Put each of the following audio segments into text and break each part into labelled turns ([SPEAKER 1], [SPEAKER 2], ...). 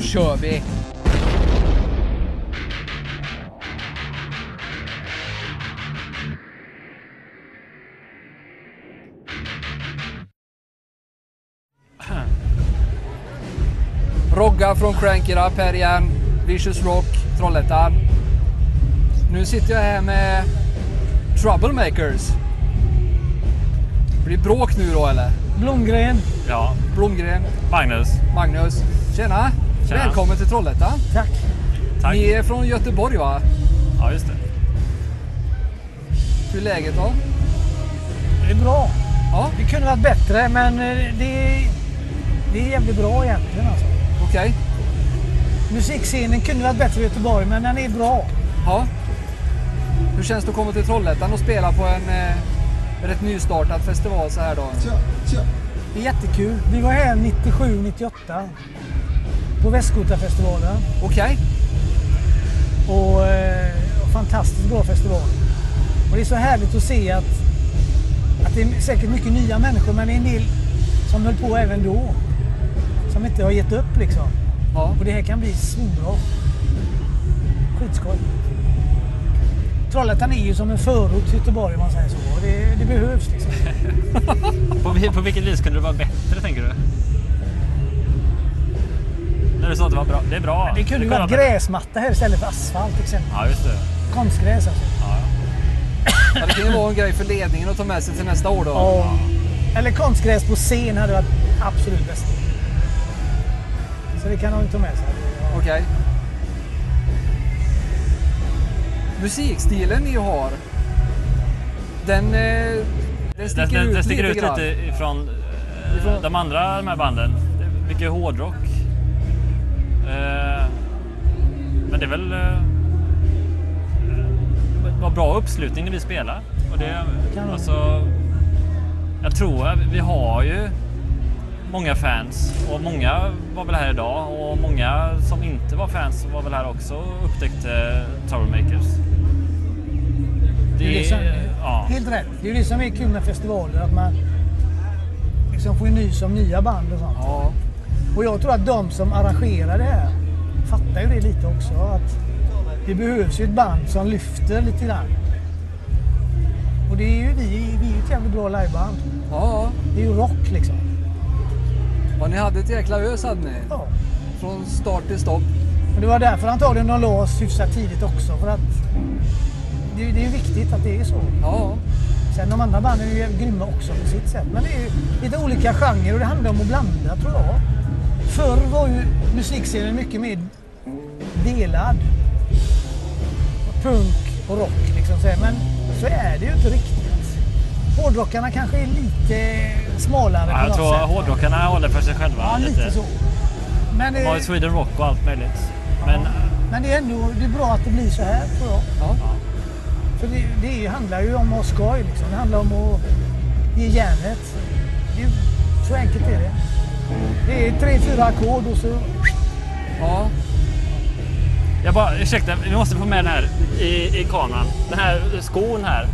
[SPEAKER 1] kör vi! Rogga från Crank It Up här igen. Vicious Rock, Trollhättan. Nu sitter jag här med Troublemakers. Blir det bråk nu då eller?
[SPEAKER 2] Blomgren.
[SPEAKER 3] Ja,
[SPEAKER 1] Blomgren,
[SPEAKER 3] Magnus.
[SPEAKER 1] Magnus. Tjena!
[SPEAKER 3] Tjena.
[SPEAKER 1] Välkommen till Trollhättan.
[SPEAKER 2] Tack.
[SPEAKER 3] Tack.
[SPEAKER 1] Ni är från Göteborg va?
[SPEAKER 3] Ja, just det.
[SPEAKER 1] Hur är läget då?
[SPEAKER 2] Det är bra.
[SPEAKER 1] Ja,
[SPEAKER 2] Det kunde varit bättre, men eh, det är, det är jävligt bra egentligen. Alltså.
[SPEAKER 1] okej.
[SPEAKER 2] Musikscenen kunde varit bättre i Göteborg, men den är bra.
[SPEAKER 1] Ja. Hur känns det att komma till Trollhättan och spela på en eh, rätt nystartad festival så här då?
[SPEAKER 2] Det är jättekul. Vi var här 97, 98 på Västgotafestivalen.
[SPEAKER 1] Okej,
[SPEAKER 2] Och eh, fantastiskt bra festival. Och det är så härligt att se att, att det är säkert mycket nya människor, men det är en del som höll på även då. Som inte har gett upp liksom.
[SPEAKER 1] ja.
[SPEAKER 2] Och det här kan bli svinbra. Skitskoj. Trollhättan är ju som en förort till Göteborg om man säger så. Och Det, det behövs liksom.
[SPEAKER 3] På, vi- på vilket vis kunde det vara bättre, tänker du? När du sa att det var bra. Det är bra.
[SPEAKER 2] Det kunde ju varit
[SPEAKER 3] bättre.
[SPEAKER 2] gräsmatta här istället för asfalt exempel.
[SPEAKER 3] Ja, just det.
[SPEAKER 2] Konstgräs alltså.
[SPEAKER 1] ja. Det kan ju vara en grej för ledningen att ta med sig till nästa år då.
[SPEAKER 2] Ja. Eller konstgräs på scen hade varit absolut bäst. Så det kan de ju ta med sig.
[SPEAKER 1] Okej. Musikstilen ni har, den, eh, den
[SPEAKER 3] Det,
[SPEAKER 1] sticker
[SPEAKER 3] det,
[SPEAKER 1] ut
[SPEAKER 3] det sticker
[SPEAKER 1] lite
[SPEAKER 3] ut
[SPEAKER 1] grann.
[SPEAKER 3] lite ifrån eh,
[SPEAKER 1] Ifrån-
[SPEAKER 3] de andra de här banden. Det är mycket hårdrock. Eh, men det är väl... eh, Det var bra uppslutning när vi spelar. Och det,
[SPEAKER 2] Kan-
[SPEAKER 3] alltså, jag tror att vi har ju många fans och många var väl här idag och många som inte var fans var väl här också och upptäckte Troublemakers.
[SPEAKER 2] Det
[SPEAKER 3] Det,
[SPEAKER 2] är liksom,
[SPEAKER 3] ja.
[SPEAKER 2] Helt rätt. Det är ju det som är kul med festivaler. Att man liksom får ju nys om nya band och sånt.
[SPEAKER 1] Ja.
[SPEAKER 2] Och jag tror att de som arrangerar det här fattar ju det lite också. Att det behövs ju ett band som lyfter lite grann. Och det är ju vi, vi är ju ett jävligt bra liveband.
[SPEAKER 1] ja,
[SPEAKER 2] Det är ju rock liksom.
[SPEAKER 1] ja. Ni hade ett jäkla ös hade ni.
[SPEAKER 2] Ja.
[SPEAKER 1] Från start till stopp.
[SPEAKER 2] Och det var därför antagligen de la oss hyfsat tidigt också. För att det, det är ju viktigt att det är så.
[SPEAKER 1] Ja,
[SPEAKER 2] Sen de andra banden är ju grymma också på sitt sätt. Men det är ju lite olika genrer och det handlar om att blanda tror jag. Förr var ju musikscenen mycket mer delad. Punk och rock liksom. så här. Men så är det ju inte riktigt. Hårdrockarna kanske är lite smalare
[SPEAKER 3] Ja,
[SPEAKER 2] på
[SPEAKER 3] jag
[SPEAKER 2] något
[SPEAKER 3] tror
[SPEAKER 2] sätt.
[SPEAKER 3] hårdrockarna håller för sig själva.
[SPEAKER 2] Ja, lite så. Men,
[SPEAKER 3] De har ju
[SPEAKER 2] eh,
[SPEAKER 3] Sweden Rock och allt möjligt. Men
[SPEAKER 2] men det är ändå det är bra att det blir så här tror jag.
[SPEAKER 1] ja.
[SPEAKER 2] För det, det handlar ju om att ha skoj liksom. Det handlar om att ge järnet. Det är, ju- så enkelt är det. Det är tre, fyra ackord och så...
[SPEAKER 1] ja.
[SPEAKER 3] jag bara, ursäkta, vi måste få med den här i, i kameran. Den här skon här.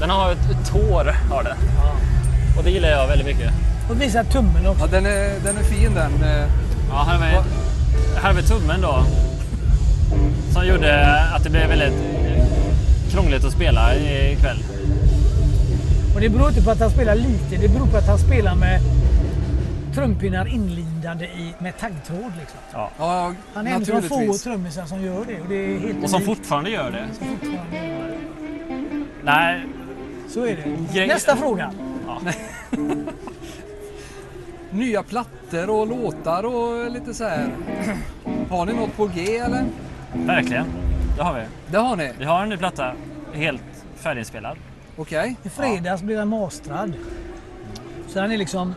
[SPEAKER 3] Den har ett, ett tår, har den. Och det gillar jag väldigt mycket.
[SPEAKER 2] Och visa tummen också.
[SPEAKER 1] ja den, är, den är fin den. eh.
[SPEAKER 3] Ja, här med,
[SPEAKER 1] Va?
[SPEAKER 3] här med tummen då. Som gjorde att det blev väldigt krångligt att spela ikväll.
[SPEAKER 2] Och det beror inte på att han spelar lite. Det beror på att han spelar med trumpinnar inlindade i, med taggtråd liksom.
[SPEAKER 1] Ja,
[SPEAKER 2] Han är en av de få
[SPEAKER 1] naturligtvis.
[SPEAKER 2] trummisar som gör det. Och det är helt
[SPEAKER 3] Och som
[SPEAKER 2] unikt.
[SPEAKER 3] fortfarande gör det.
[SPEAKER 2] Som fortfarande-
[SPEAKER 3] Nej,
[SPEAKER 2] Så är det.
[SPEAKER 3] Grej-
[SPEAKER 2] Nästa fråga.
[SPEAKER 1] Nya plattor och låtar och lite så här. Har ni något på G eller?
[SPEAKER 3] verkligen. Det har vi.
[SPEAKER 1] Det har ni?
[SPEAKER 3] Vi har en ny platta helt färdiginspelad.
[SPEAKER 1] Okej.
[SPEAKER 2] I fredags blev han mastrad. Så han är liksom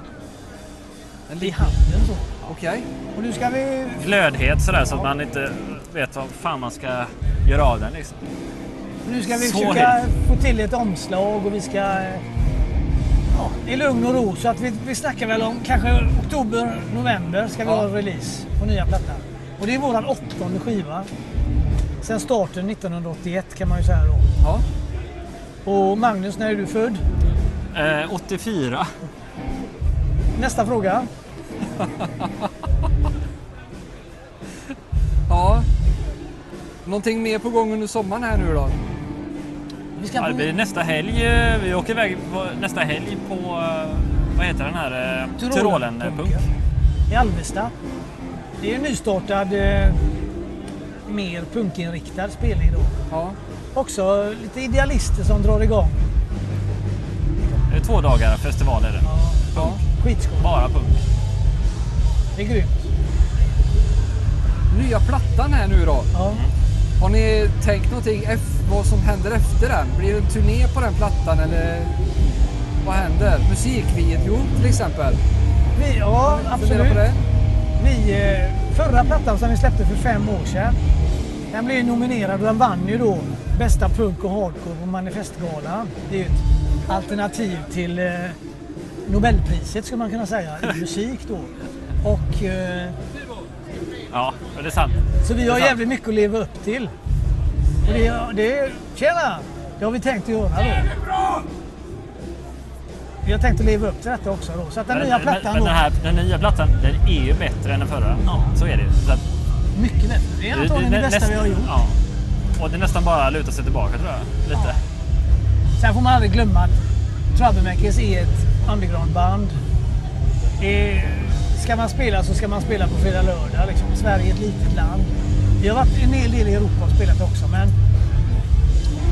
[SPEAKER 1] En
[SPEAKER 2] i
[SPEAKER 1] li-
[SPEAKER 2] handen så.
[SPEAKER 1] Okej.
[SPEAKER 2] Och nu ska vi
[SPEAKER 3] glödhet sådär så att man inte vet vad fan man ska göra av den. Liksom.
[SPEAKER 2] Nu ska vi
[SPEAKER 3] Så
[SPEAKER 2] försöka få till ett omslag och vi ska... eh, Ja, I lugn och ro. Så att vi, vi snackar väl om kanske oktober, november ska vi
[SPEAKER 1] Ja.
[SPEAKER 2] ha release på nya plattan. Och det är våran åttonde skiva. Sen starten 1981 kan man ju säga då.
[SPEAKER 1] Ja.
[SPEAKER 2] Och Magnus, när är du född?
[SPEAKER 3] Eh, 84.
[SPEAKER 2] Nästa fråga.
[SPEAKER 1] Någonting mer på gång under sommaren här nu då?
[SPEAKER 2] Vi ska
[SPEAKER 3] Ja, det
[SPEAKER 2] på
[SPEAKER 3] blir nästa helg. eh, Vi åker iväg på, nästa helg på, eh, vad heter den här, eh, Tyrolenpunk.
[SPEAKER 2] I Alvesta. Det är en nystartad, eh, mer punkinriktad spelning då.
[SPEAKER 1] Ja,
[SPEAKER 2] Också lite idealister som drar igång.
[SPEAKER 3] Det är Två dagar festival är det.
[SPEAKER 1] ja.
[SPEAKER 2] Skitskoj.
[SPEAKER 3] Bara punk.
[SPEAKER 2] Det är grymt.
[SPEAKER 1] Nya plattan här nu då.
[SPEAKER 2] Ja.
[SPEAKER 1] Har ni tänkt någonting ef- vad som händer efter den? Blir det en turné på den plattan eller vad händer? Musikvideo till exempel?
[SPEAKER 2] Vi, ja,
[SPEAKER 1] Fundera
[SPEAKER 2] absolut.
[SPEAKER 1] på det?
[SPEAKER 2] Vi, eh, förra plattan som vi släppte för fem år sedan. Den blev ju nominerad och den vann ju då bästa punk och hardcore på Manifestgalan. Det är ju ett alternativ till eh, Nobelpriset skulle man kunna säga i musik då. Och, eh,
[SPEAKER 3] Ja, men det är sant.
[SPEAKER 2] så vi har
[SPEAKER 3] Det är sant.
[SPEAKER 2] jävligt mycket att leva upp till. Och det, det, tjena! Det har vi tänkt att göra då. Vi har tänkt att leva upp till detta också då. Så att den
[SPEAKER 3] Men-
[SPEAKER 2] nya
[SPEAKER 3] men-
[SPEAKER 2] plattan
[SPEAKER 3] men
[SPEAKER 2] då,
[SPEAKER 3] den, här, den nya plattan, den är ju bättre än den förra. Så är det ju. Så att-
[SPEAKER 2] mycket bättre. Det är antagligen det
[SPEAKER 3] nä-
[SPEAKER 2] bästa
[SPEAKER 3] näst-
[SPEAKER 2] vi har gjort.
[SPEAKER 3] Ja. Och det är nästan bara att luta sig tillbaka tror jag. Lite.
[SPEAKER 2] Sen får man aldrig glömma att Troublemakers är ett undergroundband. Det är- Ska man spela så ska man spela på fredag, lördag. Liksom. Sverige är ett litet land. Vi har varit en hel del i Europa och spelat också, men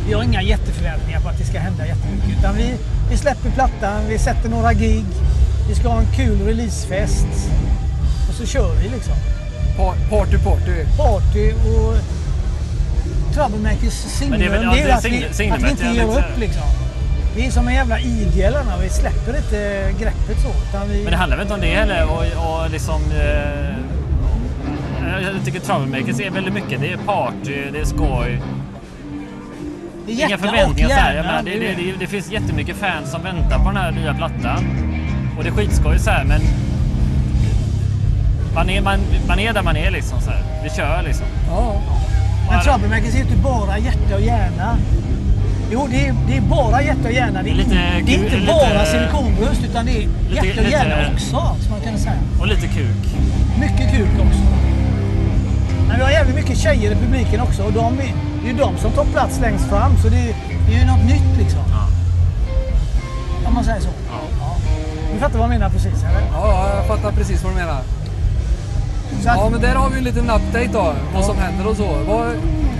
[SPEAKER 2] vi har inga jätteförväntningar på att det ska hända jättemycket. Utan vi, vi släpper plattan, vi sätter några gig, vi ska ha en kul releasefest och så kör vi liksom
[SPEAKER 1] Pa- Party party.
[SPEAKER 2] party och Troublemakers
[SPEAKER 3] Men
[SPEAKER 2] signum.
[SPEAKER 3] det är väl- ja,
[SPEAKER 2] det är
[SPEAKER 3] det är
[SPEAKER 2] ju att, vi,
[SPEAKER 3] sign- signumet,
[SPEAKER 2] att vi inte
[SPEAKER 3] jag
[SPEAKER 2] ger
[SPEAKER 3] tänkte
[SPEAKER 2] upp
[SPEAKER 3] säga.
[SPEAKER 2] liksom. Vi är som en jävla igel här, vi släpper inte greppet så. Utan vi,
[SPEAKER 3] Men det handlar väl inte om det heller. Och, och liksom, eh, jag- jag tycker Troublemakers är väldigt mycket. Det är party, det är skoj.
[SPEAKER 2] det är
[SPEAKER 3] Inga
[SPEAKER 2] hjärta
[SPEAKER 3] förväntningar.
[SPEAKER 2] och
[SPEAKER 3] Så här.
[SPEAKER 2] hjärna,
[SPEAKER 3] Jag menar, det,
[SPEAKER 2] du
[SPEAKER 3] det,
[SPEAKER 2] vet.
[SPEAKER 3] det, det finns jättemycket fans som väntar på den här nya plattan. Och det är skitskoj så här, men man är, man, man är där man är liksom. Så här. Vi kör liksom.
[SPEAKER 1] Ja.
[SPEAKER 2] Men Troublemakers är ju inte bara hjärta och hjärna. Jo, det är, det är bara hjärta och hjärna. Det är,
[SPEAKER 3] Lite
[SPEAKER 2] det är
[SPEAKER 3] kul,
[SPEAKER 2] inte
[SPEAKER 3] lite-
[SPEAKER 2] bara silikonbröst utan det är hjärta och
[SPEAKER 3] lite-
[SPEAKER 2] hjärna också, som man kan säga.
[SPEAKER 3] Och lite kuk.
[SPEAKER 2] Mycket kul också. Men vi har jävligt mycket tjejer i publiken också och de är, det är ju de som tar plats längst fram så det är, det är ju något nytt liksom.
[SPEAKER 3] Ja.
[SPEAKER 2] Om man säger så.
[SPEAKER 3] Ja.
[SPEAKER 2] Du fattar vad jag menar precis eller?
[SPEAKER 1] ja, jag fattar precis vad du menar.
[SPEAKER 2] Så att,
[SPEAKER 1] Ja, men där har vi en liten update då, vad som händer och så. Vad,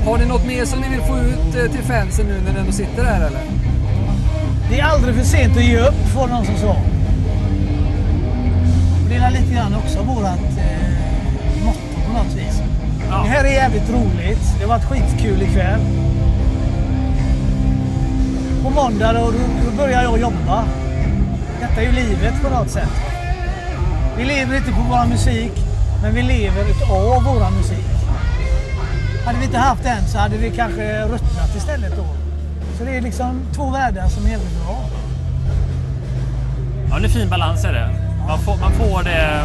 [SPEAKER 1] har ni något mer som ni vill få ut eh, till fansen nu när ni ändå sitter här eller?
[SPEAKER 2] Det är aldrig för sent att ge upp var det någon som sa. Och Det är väl lite grann också vårat eh, motto på något vis.
[SPEAKER 3] Ja.
[SPEAKER 2] Det här är jävligt roligt. Det har varit skitkul ikväll. På måndag då, då börjar jag jobba. Detta är ju livet på något sätt. Vi lever inte på vår musik, men vi lever utav vår musik. Hade vi inte haft den så hade vi kanske ruttnat istället då. Så det är liksom två världar som är jävligt bra.
[SPEAKER 3] Ja, det är fin balans är det. Man får, man får det...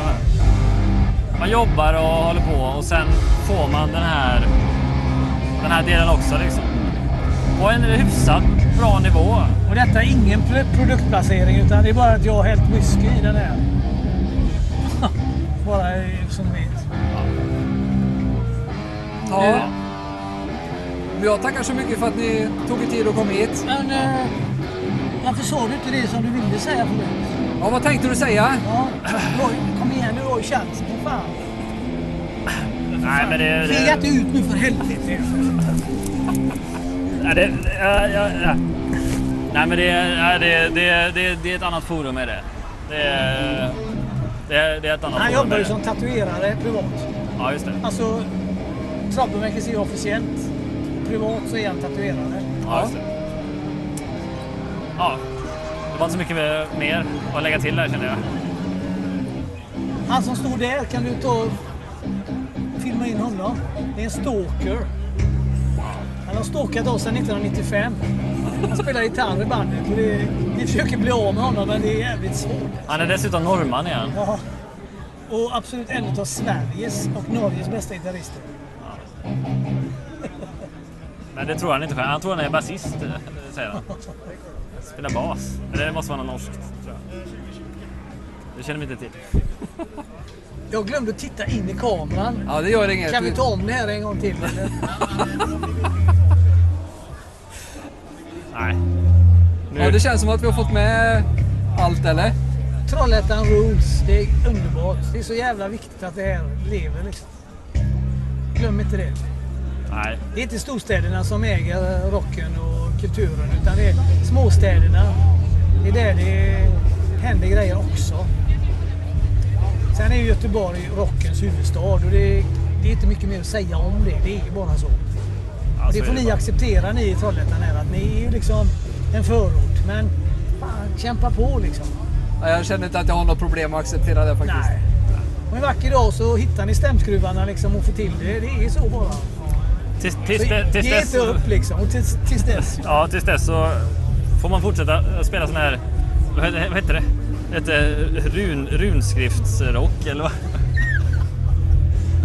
[SPEAKER 3] Man jobbar och håller på och sen får man den här, den här delen också. Liksom. På en hyfsat bra nivå.
[SPEAKER 2] Och detta är ingen pr- produktplacering utan det är bara att jag har hällt whisky i den här. bara eh, som ni vet.
[SPEAKER 1] Ja.
[SPEAKER 2] Eh.
[SPEAKER 1] Men jag tackar så mycket för att ni tog er tid att komma hit.
[SPEAKER 2] Men eh, varför sa du inte det som du ville säga förut?
[SPEAKER 1] Ja, vad tänkte du säga?
[SPEAKER 2] Ja, du har ju- kom igen nu, du har ju chansen för fan.
[SPEAKER 3] Nej, men det...
[SPEAKER 2] Fega
[SPEAKER 3] det,
[SPEAKER 2] inte ut nu för helvete.
[SPEAKER 3] nej, det, ja, ja, ja. Nej, men det, ja, det, det, det, det är ett annat forum är det. Det, är- det, det är ett annat
[SPEAKER 2] Han
[SPEAKER 3] forum.
[SPEAKER 2] jobbar
[SPEAKER 3] är
[SPEAKER 2] ju
[SPEAKER 3] det.
[SPEAKER 2] som tatuerare privat.
[SPEAKER 3] Ja, just det.
[SPEAKER 2] Alltså, Troublemakers är ju officiellt. Privat så är han tatuerare.
[SPEAKER 3] Ja, just det. Ja, det var inte så mycket mer att lägga till där känner jag.
[SPEAKER 2] Han som står där, kan du ta och filma in honom? Det är en stalker. Han har stalkat oss sedan 1995. Han spelar gitarr i bandet. och Det, vi försöker bli av med honom, men det är jävligt svårt.
[SPEAKER 3] Han är dessutom norrman igen.
[SPEAKER 2] Ja. Och absolut en av Sveriges och Norges bästa gitarrister.
[SPEAKER 3] Men det tror han inte själv. Han tror han är basist, eh, säger han. Spelar bas. Eller det måste vara något norskt, tror jag. Det känner vi inte till.
[SPEAKER 2] Jag glömde att titta in i kameran.
[SPEAKER 1] Ja, det gör inget.
[SPEAKER 2] Kan vi ta om det här en gång till? eller?
[SPEAKER 3] Nej. Nu.
[SPEAKER 1] Ja, det känns som att vi har fått med allt, eller?
[SPEAKER 2] Trollhättan Rules, det är underbart. Det är så jävla viktigt att det här lever liksom. Glöm inte det.
[SPEAKER 3] Nej.
[SPEAKER 2] Det är inte storstäderna som äger rocken och kulturen utan det är småstäderna. Det är där det händer grejer också. Sen är ju Göteborg rockens huvudstad och det, det är inte mycket mer att säga om det. Det är bara så.
[SPEAKER 3] Ja, så
[SPEAKER 2] det får
[SPEAKER 3] Alltså, är
[SPEAKER 2] ni
[SPEAKER 3] bara.
[SPEAKER 2] acceptera ni i Trollhättan här att ni är ju liksom en förort. Men fan, kämpa på liksom.
[SPEAKER 1] Ja, Jag känner inte att jag har något problem att acceptera det faktiskt.
[SPEAKER 2] Nej. Och en vacker dag så hittar ni stämskruvarna liksom och får till det. Det är så bara.
[SPEAKER 3] Tills, tills,
[SPEAKER 2] Så
[SPEAKER 3] tills,
[SPEAKER 2] ge
[SPEAKER 3] dess,
[SPEAKER 2] inte upp liksom. Och tills, tills dess.
[SPEAKER 3] ja, tills dess så får man fortsätta eh, spela sån här... Vad heter vad heter det? Hette run, runskriftsrock eller vad?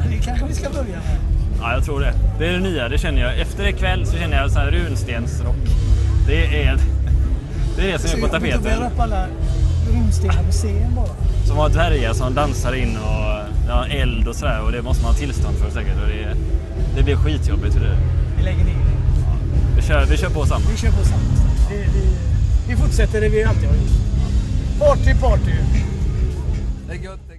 [SPEAKER 2] Det kanske vi ska börja med.
[SPEAKER 3] Ja, jag tror det. Det är det nya, det känner jag. Efter ikväll så känner jag sån här runstensrock. Det är det, är det som är på
[SPEAKER 2] Jag kommer
[SPEAKER 3] tapeten.
[SPEAKER 2] upp alla runstenar på scen bara.
[SPEAKER 3] Som har dvärgar som dansar in och ja, eld och sådär. Och det måste man ha tillstånd för säkert. Och det, det blir skitjobbigt. För det.
[SPEAKER 2] Vi lägger ner det.
[SPEAKER 3] Vi, kör, vi kör på samma.
[SPEAKER 2] Vi kör på samma sätt. Vi, vi, vi fortsätter det vi alltid har gjort. Party, party!
[SPEAKER 1] Det är gött det.